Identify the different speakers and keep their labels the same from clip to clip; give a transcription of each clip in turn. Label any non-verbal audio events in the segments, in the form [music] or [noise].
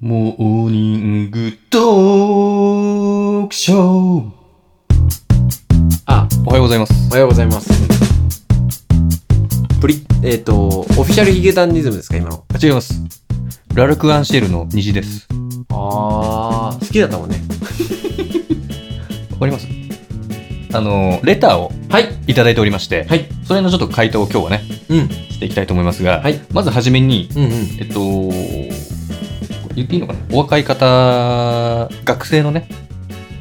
Speaker 1: モーニングトークショー
Speaker 2: あ、
Speaker 1: おはようございます
Speaker 2: おはようございます。プリ、えっ、と、オフィシャルヒゲダンディズムですか、今の。
Speaker 1: あ違いますラルク・アンシェルの虹です
Speaker 2: ああ、好きだったもんね。
Speaker 1: わかりますあのレターを
Speaker 2: はい、
Speaker 1: いただいておりまして、
Speaker 2: はい、
Speaker 1: それのちょっと回答を今日はね
Speaker 2: うん、
Speaker 1: していきたいと思いますが、
Speaker 2: はい
Speaker 1: まずはじめに
Speaker 2: うん、うん。
Speaker 1: えっと言っていいのかなお若い方学生のね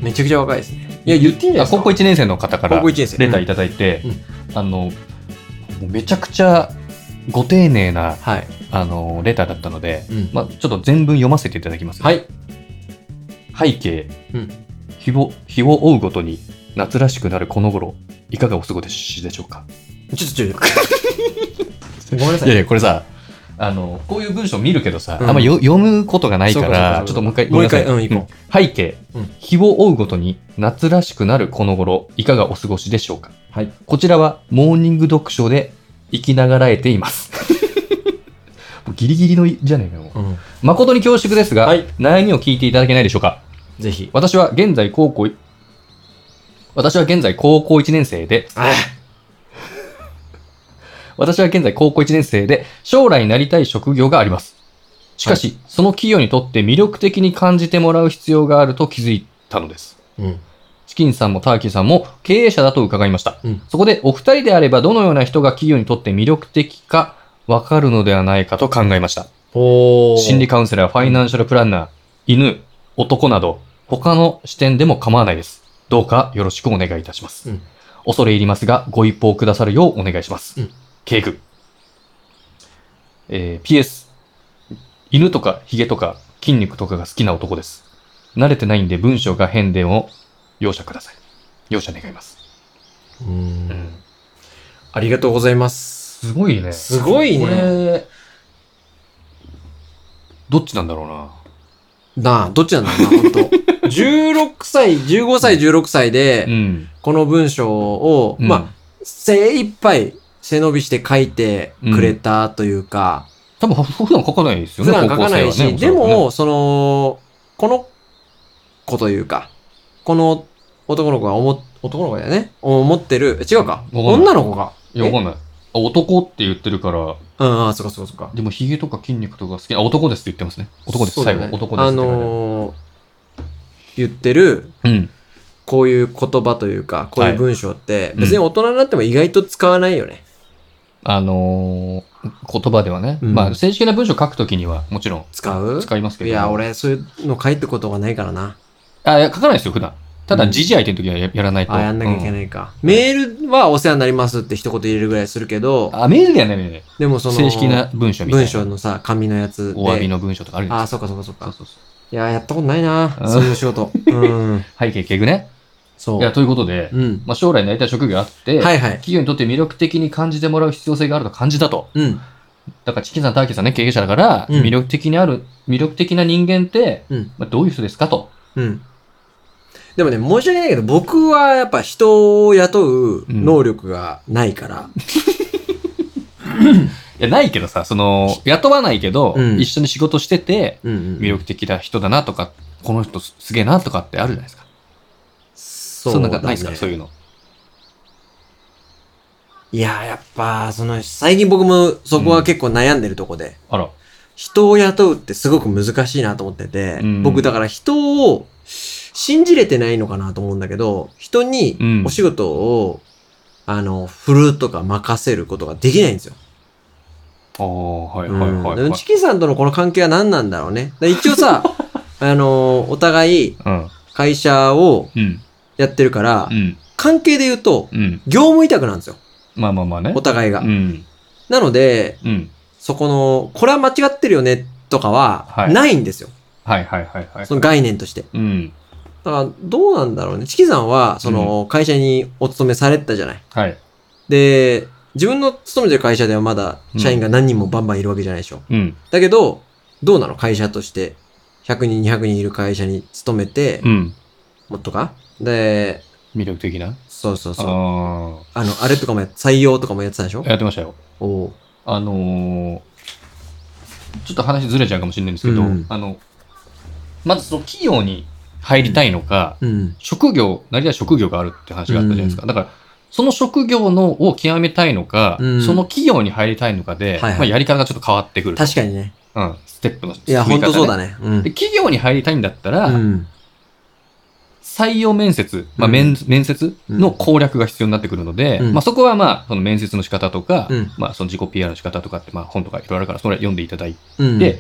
Speaker 2: めちゃくちゃ若いですね。いや、言っていいんじゃない
Speaker 1: あ
Speaker 2: ですか
Speaker 1: 高校1年生の方から
Speaker 2: 高校一年生
Speaker 1: レターいただいて、
Speaker 2: うん
Speaker 1: あのもうめちゃくちゃご丁寧な
Speaker 2: はい、
Speaker 1: あのレターだったので、
Speaker 2: うん。
Speaker 1: まあ、ちょっと全文読ませていただきます。
Speaker 2: はい、
Speaker 1: 背景、
Speaker 2: うん
Speaker 1: 日を、日を追うごとに夏らしくなるこの頃、いかがお過ごしでしょうか。
Speaker 2: ちょっとちょっと。 [laughs] ごめんなさ
Speaker 1: い
Speaker 2: い。
Speaker 1: やいや、これさ、あの、こういう文章見るけどさ、
Speaker 2: うん
Speaker 1: あんまよ読むことがないか
Speaker 2: そうかそう
Speaker 1: ら、
Speaker 2: か
Speaker 1: ちょっともう一回、
Speaker 2: もう一回
Speaker 1: ごめなさい
Speaker 2: うん行こ
Speaker 1: 背景、
Speaker 2: うん
Speaker 1: 日を追うごとに夏らしくなるこの頃、いかがお過ごしでしょうか。
Speaker 2: はい。
Speaker 1: こちらはモーニング読書で生きながらえてい
Speaker 2: [laughs]
Speaker 1: ます。もうギリギリのいじゃねえかよ。もう
Speaker 2: うん、
Speaker 1: 誠に恐縮ですが、
Speaker 2: はい
Speaker 1: 悩みを聞いていただけないでしょうか。
Speaker 2: ぜひ。
Speaker 1: 私は現在高校い、私は現在高校1年生で、
Speaker 2: あ
Speaker 1: 私は現在高校1年生で、将来なりたい職業があります。しかし、その企業にとって魅力的に感じてもらう必要があると気づいたのです。
Speaker 2: うん。
Speaker 1: チキンさんもターキーさんも経営者だと伺いました。
Speaker 2: うん
Speaker 1: そこでお二人であればどのような人が企業にとって魅力的かわかるのではないかと考えました。
Speaker 2: おー。
Speaker 1: 心理カウンセラー、ファイナンシャルプランナー、犬、男など、他の視点でも構わないです。どうかよろしくお願いいたします。
Speaker 2: うん
Speaker 1: 恐れ入りますが、ご一報くださるようお願いします。
Speaker 2: うん
Speaker 1: 敬具。えー PS、犬とかヒゲとか筋肉とかが好きな男です。慣れてないんで文章が変でも容赦ください。容赦願います。
Speaker 2: うーん。ありがとうございます。
Speaker 1: すごいね。
Speaker 2: すごい
Speaker 1: こ
Speaker 2: ね。
Speaker 1: れ、どっちなんだろうな。
Speaker 2: なあ、どっちなんだろうな、本 [laughs] 当16歳、15歳、16歳で、
Speaker 1: ん。
Speaker 2: この文章を、
Speaker 1: うん
Speaker 2: まあ、精一杯背伸びして書いてくれたというか、
Speaker 1: 多分普段書かないですよね。
Speaker 2: 普段書かない
Speaker 1: 高
Speaker 2: し、
Speaker 1: 校生
Speaker 2: で
Speaker 1: はね、
Speaker 2: も、その、この子というか、この男の子が思、男の子だよね思ってる、違うか、
Speaker 1: わかんない
Speaker 2: 女の子が。
Speaker 1: いや、わかんない。あ男って言ってるから、
Speaker 2: うん、あ、そっかそっかそっか。
Speaker 1: でもヒゲとか筋肉とか好きな、あ、男ですって言ってますね。男です、
Speaker 2: そうだ
Speaker 1: 最
Speaker 2: ね
Speaker 1: 後。男です
Speaker 2: あ
Speaker 1: って言われる
Speaker 2: のー言ってる、
Speaker 1: うん。
Speaker 2: こういう言葉というか、こういう文章って、
Speaker 1: うん
Speaker 2: 別に大人になっても意外と使わないよね。
Speaker 1: あのー言葉ではね。
Speaker 2: うん
Speaker 1: まあ、正式な文章書くときには、もちろん
Speaker 2: 使う
Speaker 1: 使いますけど。
Speaker 2: いや、。俺、そういうの書いたことがないからな。
Speaker 1: あ、いや書かないですよ、普段。ただ、
Speaker 2: うん
Speaker 1: 時事相手の時はややらないと。
Speaker 2: あ、やんなきゃいけ
Speaker 1: い。
Speaker 2: ないか。メールはお世話になりますって一言入れるぐらいするけど、
Speaker 1: あ、メールではないね。
Speaker 2: でもその、
Speaker 1: 正式な文章みたい
Speaker 2: 文
Speaker 1: な。
Speaker 2: 章のさ、紙のやつで。
Speaker 1: お詫びの文章とかあるんです
Speaker 2: あ、そうかそうかそう
Speaker 1: そう
Speaker 2: か。
Speaker 1: そうそう。
Speaker 2: いや、やったことないな
Speaker 1: う。ん
Speaker 2: そういう仕事。うん。
Speaker 1: 背景、結局ね。
Speaker 2: そ
Speaker 1: いや、
Speaker 2: う。
Speaker 1: ということで、
Speaker 2: うん。
Speaker 1: まあ、将来なりたい職業があって、
Speaker 2: はいはい。
Speaker 1: 企業にとって魅力的に感じてもらう必要性があると感じたと。
Speaker 2: うん。
Speaker 1: だからチキンさん、ターキーさんね、経営者だから、
Speaker 2: うん
Speaker 1: 魅力的にある、魅力的な人間って、
Speaker 2: うん
Speaker 1: まあ、どういう人ですかと。
Speaker 2: うん。でもね、申し訳ないけど、僕はやっぱ人を雇う能力がないから。
Speaker 1: いや、ないけどさ、その、雇わないけど、
Speaker 2: うん
Speaker 1: 一緒に仕事してて、
Speaker 2: うん。うん
Speaker 1: 魅力的な人だなとか、この人すすげえなとかってあるじゃないですか。
Speaker 2: そうう
Speaker 1: な
Speaker 2: だ
Speaker 1: ん
Speaker 2: ね
Speaker 1: かないですか、そういうの。
Speaker 2: いや、やっぱ、その、最近僕もそこは結構悩んでるとこで。
Speaker 1: あら。
Speaker 2: 人を雇うってすごく難しいなと思ってて、
Speaker 1: うん
Speaker 2: 僕だから人を信じれてないのかなと思うんだけど、人
Speaker 1: うん
Speaker 2: にお仕事を、あの、振るとか任せることができないんですよ。
Speaker 1: ああ、はい
Speaker 2: うん
Speaker 1: はいはい、はい。
Speaker 2: でもチキンさんとのこの関係は何なんだろうね。で一応さ、 [laughs] あの、お互い
Speaker 1: うん。
Speaker 2: 会社を
Speaker 1: うん。
Speaker 2: やってるから
Speaker 1: う、ん。
Speaker 2: 関係で言うと、
Speaker 1: うん。
Speaker 2: 業務委託なんですよ。
Speaker 1: まあまあまあね。
Speaker 2: お互いが
Speaker 1: う。ん。
Speaker 2: なので、
Speaker 1: うん。
Speaker 2: そこの、これは間違ってるよねとかは
Speaker 1: は、い
Speaker 2: ないんですよ。
Speaker 1: はいはいはいはい。
Speaker 2: その概念として。
Speaker 1: うん。
Speaker 2: だから、どうなんだろうね。チキさんは、その、会社にお勤めされてたじゃない。
Speaker 1: はい。
Speaker 2: で、自分の勤めてる会社ではまだ、社員が何人もバンバンいるわけじゃないでしょ。
Speaker 1: うん。
Speaker 2: だけど、どうなの会社として。100人、200人いる会社に勤めて、
Speaker 1: うん。
Speaker 2: もっとかで、
Speaker 1: 魅力的な。
Speaker 2: そうそうそう。あ
Speaker 1: あ
Speaker 2: の、あれとかもや、採用とかもやってたでしょ
Speaker 1: あ。やってましたよ。
Speaker 2: おう
Speaker 1: あのーちょっと話ずれちゃうかもしれないんですけど、
Speaker 2: うん
Speaker 1: あの、まずその企業に入りたいのか、
Speaker 2: うん。
Speaker 1: 職業、なりたい職業があるって話があったじゃないですか。だから、その職業のを極めたいのか、
Speaker 2: うん
Speaker 1: その企業に入りたいのかで、
Speaker 2: はいはい
Speaker 1: まあ、やり方がちょっと変わってくる。
Speaker 2: 確かにね。
Speaker 1: うん、ステップの
Speaker 2: いや、
Speaker 1: 踏み
Speaker 2: 本
Speaker 1: 方ね
Speaker 2: 当そうだね。うん
Speaker 1: で。企業に入りたいんだったら、
Speaker 2: うん。
Speaker 1: 採用面接、まあ
Speaker 2: うん
Speaker 1: 面面接
Speaker 2: うん
Speaker 1: の攻略が必要になってくるので、
Speaker 2: うん
Speaker 1: まあ、そこはまあその面接の仕方とか、
Speaker 2: うん
Speaker 1: まあ、その自己 PR の仕方とかってまあ本とかいろいろあるからそれは読んでいただい
Speaker 2: うん
Speaker 1: て、、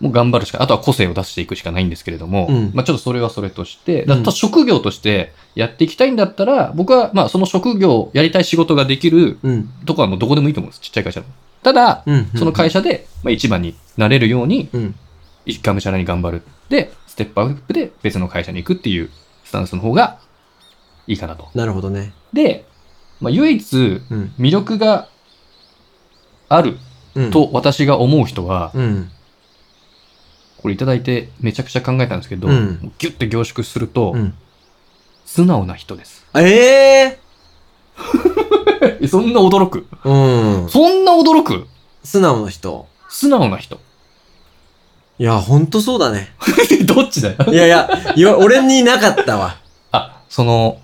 Speaker 1: もう頑張るしかあとは個性を出していくしかないんですけれども、
Speaker 2: うん
Speaker 1: まあ、ちょっとそれはそれとして
Speaker 2: うん
Speaker 1: だと職業としてやっていきたいんだったら僕はまあその職業やりたい仕事ができる
Speaker 2: うん。
Speaker 1: とこはもうどこでもいいと思うんですちっちゃい会社でもただ
Speaker 2: うん。
Speaker 1: その会社でまあ一番になれるように
Speaker 2: うん。
Speaker 1: 一回目じゃないに頑張る。で、ステップアップで別の会社に行くっていうスタンスの方がいいかなと。
Speaker 2: なるほどね。
Speaker 1: で、まあ、唯一
Speaker 2: うん。
Speaker 1: 魅力がある
Speaker 2: うん。
Speaker 1: と私が思う人は、
Speaker 2: うん。
Speaker 1: これいただいてめちゃくちゃ考えたんですけど、
Speaker 2: うん
Speaker 1: もうギュッて凝縮すると、
Speaker 2: うん。
Speaker 1: 素直な人です。
Speaker 2: ええ
Speaker 1: え、そんな驚く
Speaker 2: うん。
Speaker 1: そんな驚く
Speaker 2: 素直な人。
Speaker 1: 素直な
Speaker 2: [laughs]
Speaker 1: 人。
Speaker 2: いや、ほんとそうだね。
Speaker 1: どっちだよ。
Speaker 2: [laughs] いやいや、いや俺になかったわ。
Speaker 1: あ、その、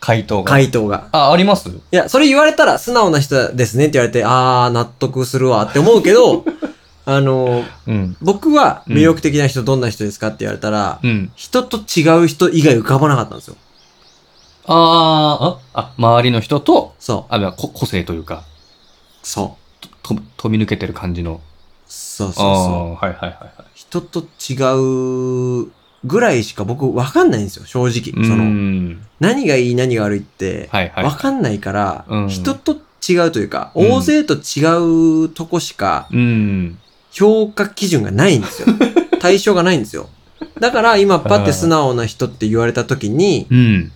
Speaker 1: 回答が。
Speaker 2: 回答が。
Speaker 1: あ、あります
Speaker 2: いや、それ言われたら、素直な人ですねって言われて、あー、納得するわって思うけど、 [laughs] あの、
Speaker 1: うん。
Speaker 2: 僕は魅力的な人どんな人ですかって言われたら、
Speaker 1: うん。
Speaker 2: 人と違う人以外浮かばなかったんですよ。
Speaker 1: あーあ、あ、周りの人と、
Speaker 2: そ
Speaker 1: あ、まあこ個性というか、
Speaker 2: う。そう。
Speaker 1: と飛び抜けてる感じの。
Speaker 2: そうそうそう。
Speaker 1: あーはいはいはいはい。
Speaker 2: 人と違うぐらいしか僕わかんないんですよ、正直。そうの、
Speaker 1: ん
Speaker 2: 何がいい何が悪いって、
Speaker 1: はいはい。
Speaker 2: わかんないから、
Speaker 1: うん
Speaker 2: 人と違うというか、
Speaker 1: うん
Speaker 2: 大勢と違うとこしか
Speaker 1: うん。
Speaker 2: 評価基準がないんですよ。
Speaker 1: [laughs]
Speaker 2: 対象がないんですよ。だから今パって素直な人って言われた時に、
Speaker 1: うん。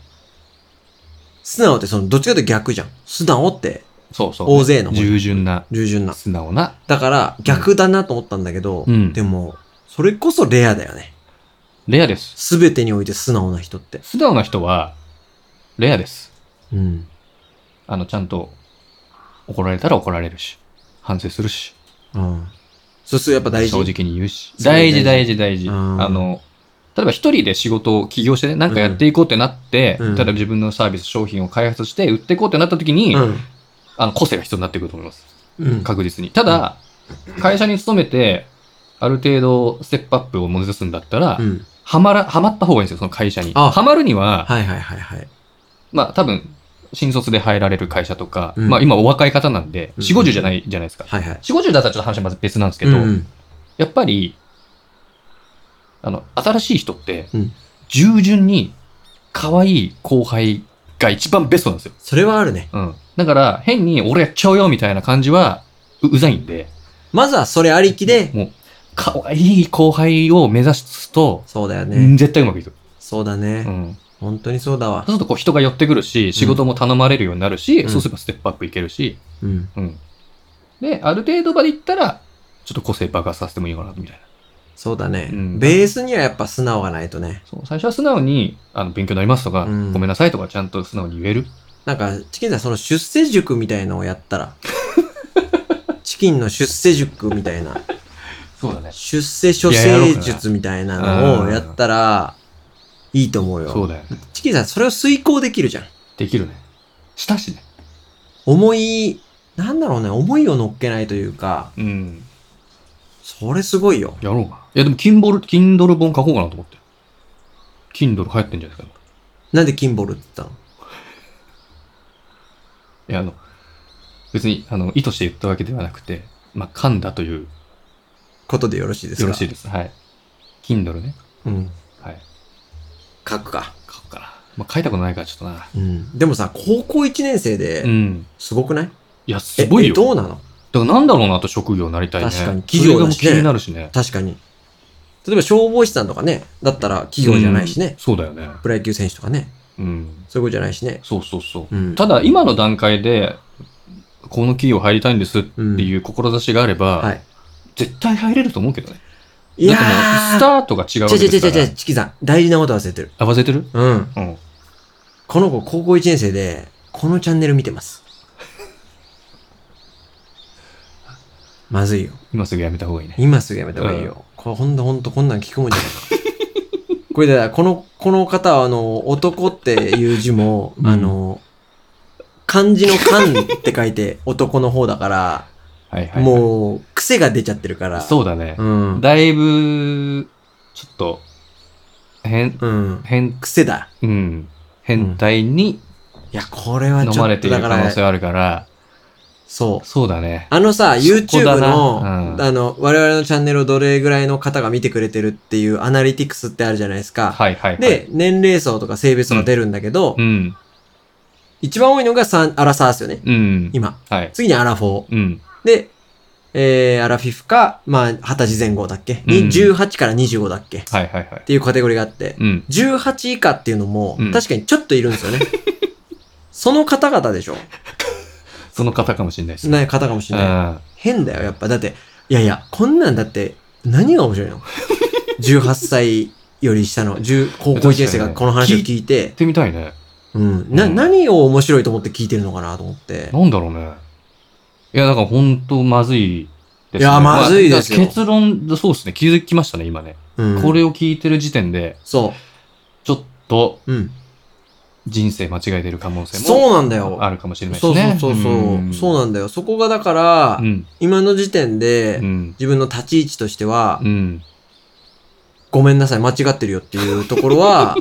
Speaker 2: 素直ってそのどっちかというと逆じゃん。素直って
Speaker 1: そうそう。
Speaker 2: 大勢の方
Speaker 1: 従順な、
Speaker 2: 従順な。
Speaker 1: 素直な。
Speaker 2: だから逆だなと思ったんだけど、
Speaker 1: うん
Speaker 2: でも、それこそレアだよね。
Speaker 1: レアです。
Speaker 2: すべてにおいて素直な人って。
Speaker 1: 素直な人は、レアです。
Speaker 2: うん。
Speaker 1: あの、ちゃんと、怒られたら怒られるし、反省するし、
Speaker 2: うん。そうするとやっぱ大事。
Speaker 1: 正直に言うし。
Speaker 2: すごい
Speaker 1: 大
Speaker 2: 大
Speaker 1: 事大事
Speaker 2: 事
Speaker 1: 大事。
Speaker 2: うん
Speaker 1: あの、例えば一人で仕事を起業してね、なんかやっていこうってなって、
Speaker 2: うん
Speaker 1: 例えば自分のサービス、商品を開発して売っていこうってなった時に、
Speaker 2: うん。
Speaker 1: あの、個性が必要になってくると思います。
Speaker 2: うん。
Speaker 1: 確実に。ただ、会社に勤めて、ある程度、ステップアップを目指すんだったら、
Speaker 2: うん。
Speaker 1: はまら、はまった方がいいんですよ、その会社に。
Speaker 2: あ
Speaker 1: はまるには、
Speaker 2: はいはいはいはい。
Speaker 1: まあ多分、新卒で入られる会社とか、
Speaker 2: うん
Speaker 1: まあ今お若い方なんで、
Speaker 2: うん
Speaker 1: 4、50じゃないじゃないですか。
Speaker 2: はいはい。
Speaker 1: 4、50だったらちょっと話はまず別なんですけど、
Speaker 2: うん
Speaker 1: やっぱり、あの、新しい人って
Speaker 2: うん、
Speaker 1: 従順に、可愛い後輩が一番ベストなんですよ。
Speaker 2: それはあるね。
Speaker 1: うん。だから、変に俺やっちゃうよみたいな感じは、ううざいんで、
Speaker 2: まずはそれありきで、
Speaker 1: もう、可愛い後輩を目指すと、
Speaker 2: そうだよ
Speaker 1: う
Speaker 2: ね。
Speaker 1: ん絶対うまくいく。
Speaker 2: そうだ
Speaker 1: う
Speaker 2: ね。
Speaker 1: ん。
Speaker 2: 本当にそうだわ
Speaker 1: そうす。るとこう人が寄ってくるし、仕事も頼まれるようになるし、
Speaker 2: うん
Speaker 1: そうすればステップアップいけるし、
Speaker 2: うん。
Speaker 1: うん。で、ある程度までいったら、ちょっと個性爆発させてもいいかな、みたいな。
Speaker 2: そうだね
Speaker 1: う。ん
Speaker 2: ベースにはやっぱ素直がないとね。
Speaker 1: そう最初は素直に、あの、勉強になりますとか、
Speaker 2: うん
Speaker 1: ごめんなさいとか、ちゃんと素直に言える。
Speaker 2: なんか、チキンさん、その出世塾みたいのをやっ
Speaker 1: [laughs]
Speaker 2: たら。チキンの出世塾みたいな。
Speaker 1: そうだね。
Speaker 2: 出世処世術みたいなのをやったら、いいと思う
Speaker 1: そう
Speaker 2: よ。
Speaker 1: だよね。
Speaker 2: チキンさん、それを遂行できるじゃん。
Speaker 1: できるね。したしね。
Speaker 2: 思い、なんだろうね、思いを乗っけないというか、
Speaker 1: うん。
Speaker 2: それすごいよ。
Speaker 1: やろうかな。いや、でも、キンボル、キンドル本書こうかなと思って。キンドル流行ってんじゃないですか、
Speaker 2: なんでキンボルって言っ
Speaker 1: いや、あの、別に、あの、意図して言ったわけではなくて、まあ、噛んだという、
Speaker 2: たことでよろしいですか
Speaker 1: よろしいです。はい。Kindle ね。
Speaker 2: うん。
Speaker 1: はい。
Speaker 2: 書くか。
Speaker 1: 書くかな。まあ、書いたことないから、ちょっとな。
Speaker 2: うん。でもさ、高校1年生
Speaker 1: う
Speaker 2: で、
Speaker 1: ん。
Speaker 2: すごくない、
Speaker 1: いや、すごい
Speaker 2: ええ
Speaker 1: よ。
Speaker 2: どうなの
Speaker 1: だから、なんだろうなと職業になりたいね。
Speaker 2: 確かに
Speaker 1: 企
Speaker 2: 企
Speaker 1: 業
Speaker 2: 業
Speaker 1: がも
Speaker 2: だしね
Speaker 1: 気になるしね。
Speaker 2: 確かに。例えば消防士さんとかね、だったら企業じゃないし
Speaker 1: うん
Speaker 2: ね。
Speaker 1: そうだよね。
Speaker 2: プロ野球選手とかね、
Speaker 1: うん。
Speaker 2: そういうことじゃないしね。
Speaker 1: そうそうそう。
Speaker 2: うん。
Speaker 1: ただ、今の段階で、この企業入りたいんですっていう志があれば、
Speaker 2: はい。
Speaker 1: 絶対入れると思うけどね。
Speaker 2: いや
Speaker 1: だってもうスタ
Speaker 2: ー、
Speaker 1: ートが違うわ
Speaker 2: ち
Speaker 1: け
Speaker 2: ょちょち
Speaker 1: で
Speaker 2: ょ
Speaker 1: すか
Speaker 2: ち
Speaker 1: ら。
Speaker 2: ょちょ、チキさん、大事なこと忘れてる。
Speaker 1: あ、忘れてる
Speaker 2: うん。
Speaker 1: うん。
Speaker 2: この子、高校1年生で、このチャンネル見てます。
Speaker 1: [laughs]
Speaker 2: まずいよ。
Speaker 1: 今すぐやめた方がいいね。
Speaker 2: 今すぐやめた方がいいよ。これほんとほんとこんなん聞くもんじゃない。 [laughs] これで、この、この方は、あの、男っていう字も、
Speaker 1: うん
Speaker 2: あの、漢字の漢って書
Speaker 1: [laughs]
Speaker 2: いて男の方だから、
Speaker 1: はいはい。う。
Speaker 2: もう、癖が出ちゃってるから。
Speaker 1: そうだね
Speaker 2: う。ん。
Speaker 1: だいぶ、ちょっと、変、
Speaker 2: うん。
Speaker 1: 変、
Speaker 2: 癖だ。
Speaker 1: うん。変態に
Speaker 2: いや、これはちょっ
Speaker 1: 飲
Speaker 2: と、
Speaker 1: まれている
Speaker 2: だか
Speaker 1: 可能性
Speaker 2: ら、
Speaker 1: あるから、
Speaker 2: そう。
Speaker 1: そうだね。
Speaker 2: あのさ、
Speaker 1: そこ
Speaker 2: YouTube
Speaker 1: だな
Speaker 2: の、
Speaker 1: うん
Speaker 2: あの、我々のチャンネルをどれぐらいの方が見てくれてるっていうアナリティクスってあるじゃないですか。
Speaker 1: はいはいはい。
Speaker 2: で、、年齢層とか性別が出るんだけど、
Speaker 1: うん。
Speaker 2: 一番多いのが三アラサーですよね。
Speaker 1: うん。
Speaker 2: 今。
Speaker 1: はい。
Speaker 2: 次にアラフォー。
Speaker 1: うん。
Speaker 2: で、えー、アラフィフか、まあ、二十歳前後だっけ、
Speaker 1: う
Speaker 2: に
Speaker 1: ん
Speaker 2: ?18 から25だっけっ
Speaker 1: はいはいはい。
Speaker 2: ていうカテゴリーがあって、
Speaker 1: うん。
Speaker 2: 18以下っていうのも
Speaker 1: うん、
Speaker 2: 確かにちょっといるん
Speaker 1: [laughs]
Speaker 2: ですよね。その方々でしょ
Speaker 1: その方かもしれないですね。
Speaker 2: ない方かもし
Speaker 1: う
Speaker 2: れない。
Speaker 1: ん。
Speaker 2: 変だよ、やっぱ。だって、いやいや、こんなんだって、何が面
Speaker 1: [laughs]
Speaker 2: 白いの ?18 歳より下の、10高校1年生がこの話を聞いて
Speaker 1: 行っ、てみたいね。
Speaker 2: うん、な、
Speaker 1: うん
Speaker 2: 何を面白いと思って聞いてるのかなと思って。
Speaker 1: なんだろうね。いや、だから本当まずいですね。
Speaker 2: いやまずいですよ
Speaker 1: まあ結論、そうですね。気づきましたね、今ね。
Speaker 2: うん、
Speaker 1: これを聞いてる時点で、
Speaker 2: そ
Speaker 1: ちょっと
Speaker 2: う。うん。
Speaker 1: 人生間違えてる可能性も
Speaker 2: そうなんだよ。
Speaker 1: あるかもしれないで
Speaker 2: そ
Speaker 1: す
Speaker 2: うそ
Speaker 1: ね
Speaker 2: う。そうそう。そうなんだよ。そこがだから、
Speaker 1: うん。
Speaker 2: 今の時点で、
Speaker 1: うん。
Speaker 2: 自分の立ち位置としては、
Speaker 1: うん。
Speaker 2: ごめんなさい、間違ってるよっていうとこ
Speaker 1: [laughs]
Speaker 2: ろは、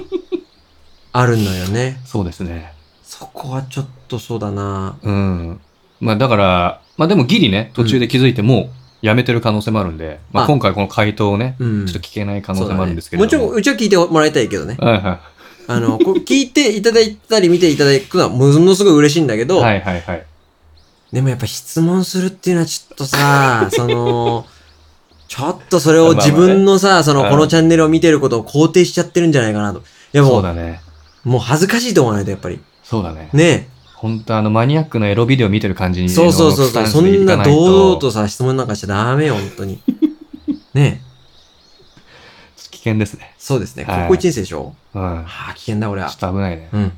Speaker 2: あるのよね。
Speaker 1: そうですね。
Speaker 2: そこはちょっとそうだな
Speaker 1: うん。まあだから、まあでもギリね、途中で気づいてもうやめてる可能性もあるんで、まあ
Speaker 2: あ
Speaker 1: 今回この回答をね、
Speaker 2: うん。
Speaker 1: ちょっと聞けない可能性もあるんですけれ
Speaker 2: そうだ
Speaker 1: ど
Speaker 2: ねも
Speaker 1: も。
Speaker 2: ちろん、うちは聞いてもらいたいけどね。
Speaker 1: はいは
Speaker 2: あの、こう聞いていただいたり見ていただくのはものすごい嬉しいんだけ
Speaker 1: い。[laughs]
Speaker 2: ど、
Speaker 1: はいはいはい。
Speaker 2: でもやっぱ質問するっていうのはちょっと
Speaker 1: [laughs]
Speaker 2: さ、その、ちょっとそれを自分のさ、その、
Speaker 1: うん
Speaker 2: このチャンネルを見てることを肯定しちゃってるんじゃないかなと。いや
Speaker 1: そ
Speaker 2: も
Speaker 1: う
Speaker 2: う、
Speaker 1: だね。
Speaker 2: もう恥ずかしいと思わないと、やっぱり。
Speaker 1: そうだね。
Speaker 2: ね
Speaker 1: 本当あのマニアックなエロビデオ見てる感じに
Speaker 2: え。そうそうそう
Speaker 1: あ
Speaker 2: そう。
Speaker 1: のスタ
Speaker 2: そ
Speaker 1: ンスで
Speaker 2: ん
Speaker 1: いか
Speaker 2: ない堂々とさ、質問なんかしちゃダメよ、本当に。ねえ。
Speaker 1: 危険ですね
Speaker 2: そうですね。
Speaker 1: はい
Speaker 2: 高校1年生でしょ、
Speaker 1: うん
Speaker 2: ああ、危険だ、俺
Speaker 1: ちょ
Speaker 2: は
Speaker 1: っ。と危ないね
Speaker 2: うん。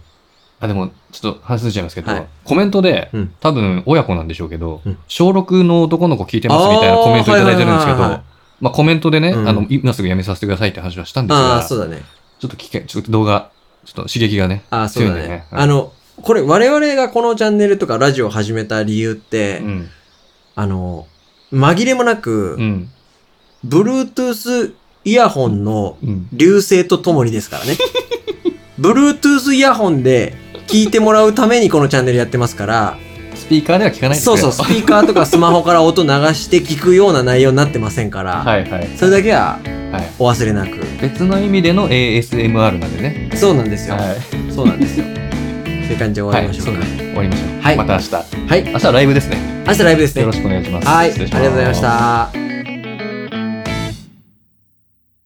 Speaker 1: あでもちょっと話しちゃいますけど、
Speaker 2: はい
Speaker 1: コメントで、
Speaker 2: うん
Speaker 1: 多分親子なんでしょうけど、
Speaker 2: うん
Speaker 1: 小6の男の子聞いてますみたいなコメントいただいてるんですけ
Speaker 2: あーはいはいはいはい
Speaker 1: どまあコメントでね、
Speaker 2: うん
Speaker 1: あの今すぐやめさせてくださいって話はしたんです
Speaker 2: ああ、
Speaker 1: が
Speaker 2: そうだね。
Speaker 1: ちょっと危険ちょっと動画ちょっと刺激がね
Speaker 2: ああ、そうだね。
Speaker 1: 強いんだよねうん
Speaker 2: あの、これ、我々がこのチャンネルとかラジオを始めた理由って、
Speaker 1: うん
Speaker 2: あの、紛れもなく、
Speaker 1: うん
Speaker 2: Bluetooth イヤホンの
Speaker 1: うん
Speaker 2: 流星とともにですか
Speaker 1: [laughs]
Speaker 2: らね。Bluetooth イヤホンで聞いてもらうためにこのチャンネルやってますから、
Speaker 1: スピーカーでは聞かないです
Speaker 2: そうそう、スピーカーとかスマホから音流して聞くような内容になってませんから、
Speaker 1: はいはい、
Speaker 2: それだけは
Speaker 1: はい、
Speaker 2: お忘れなく。
Speaker 1: 別の意味での ASMR なんでね
Speaker 2: そうなんですよ。
Speaker 1: はい、
Speaker 2: そうなん
Speaker 1: [laughs]
Speaker 2: ですよ。そういう感じで終わり
Speaker 1: は
Speaker 2: ま
Speaker 1: い、
Speaker 2: しょう
Speaker 1: そう
Speaker 2: か。
Speaker 1: です終わりましょう、
Speaker 2: はい
Speaker 1: また明日
Speaker 2: はい、
Speaker 1: 明日はライブですね
Speaker 2: 明日ライブです
Speaker 1: よろ
Speaker 2: ね。
Speaker 1: しくお願いします。
Speaker 2: はい、あり
Speaker 1: 失礼し
Speaker 2: がと
Speaker 1: ます
Speaker 2: うございました。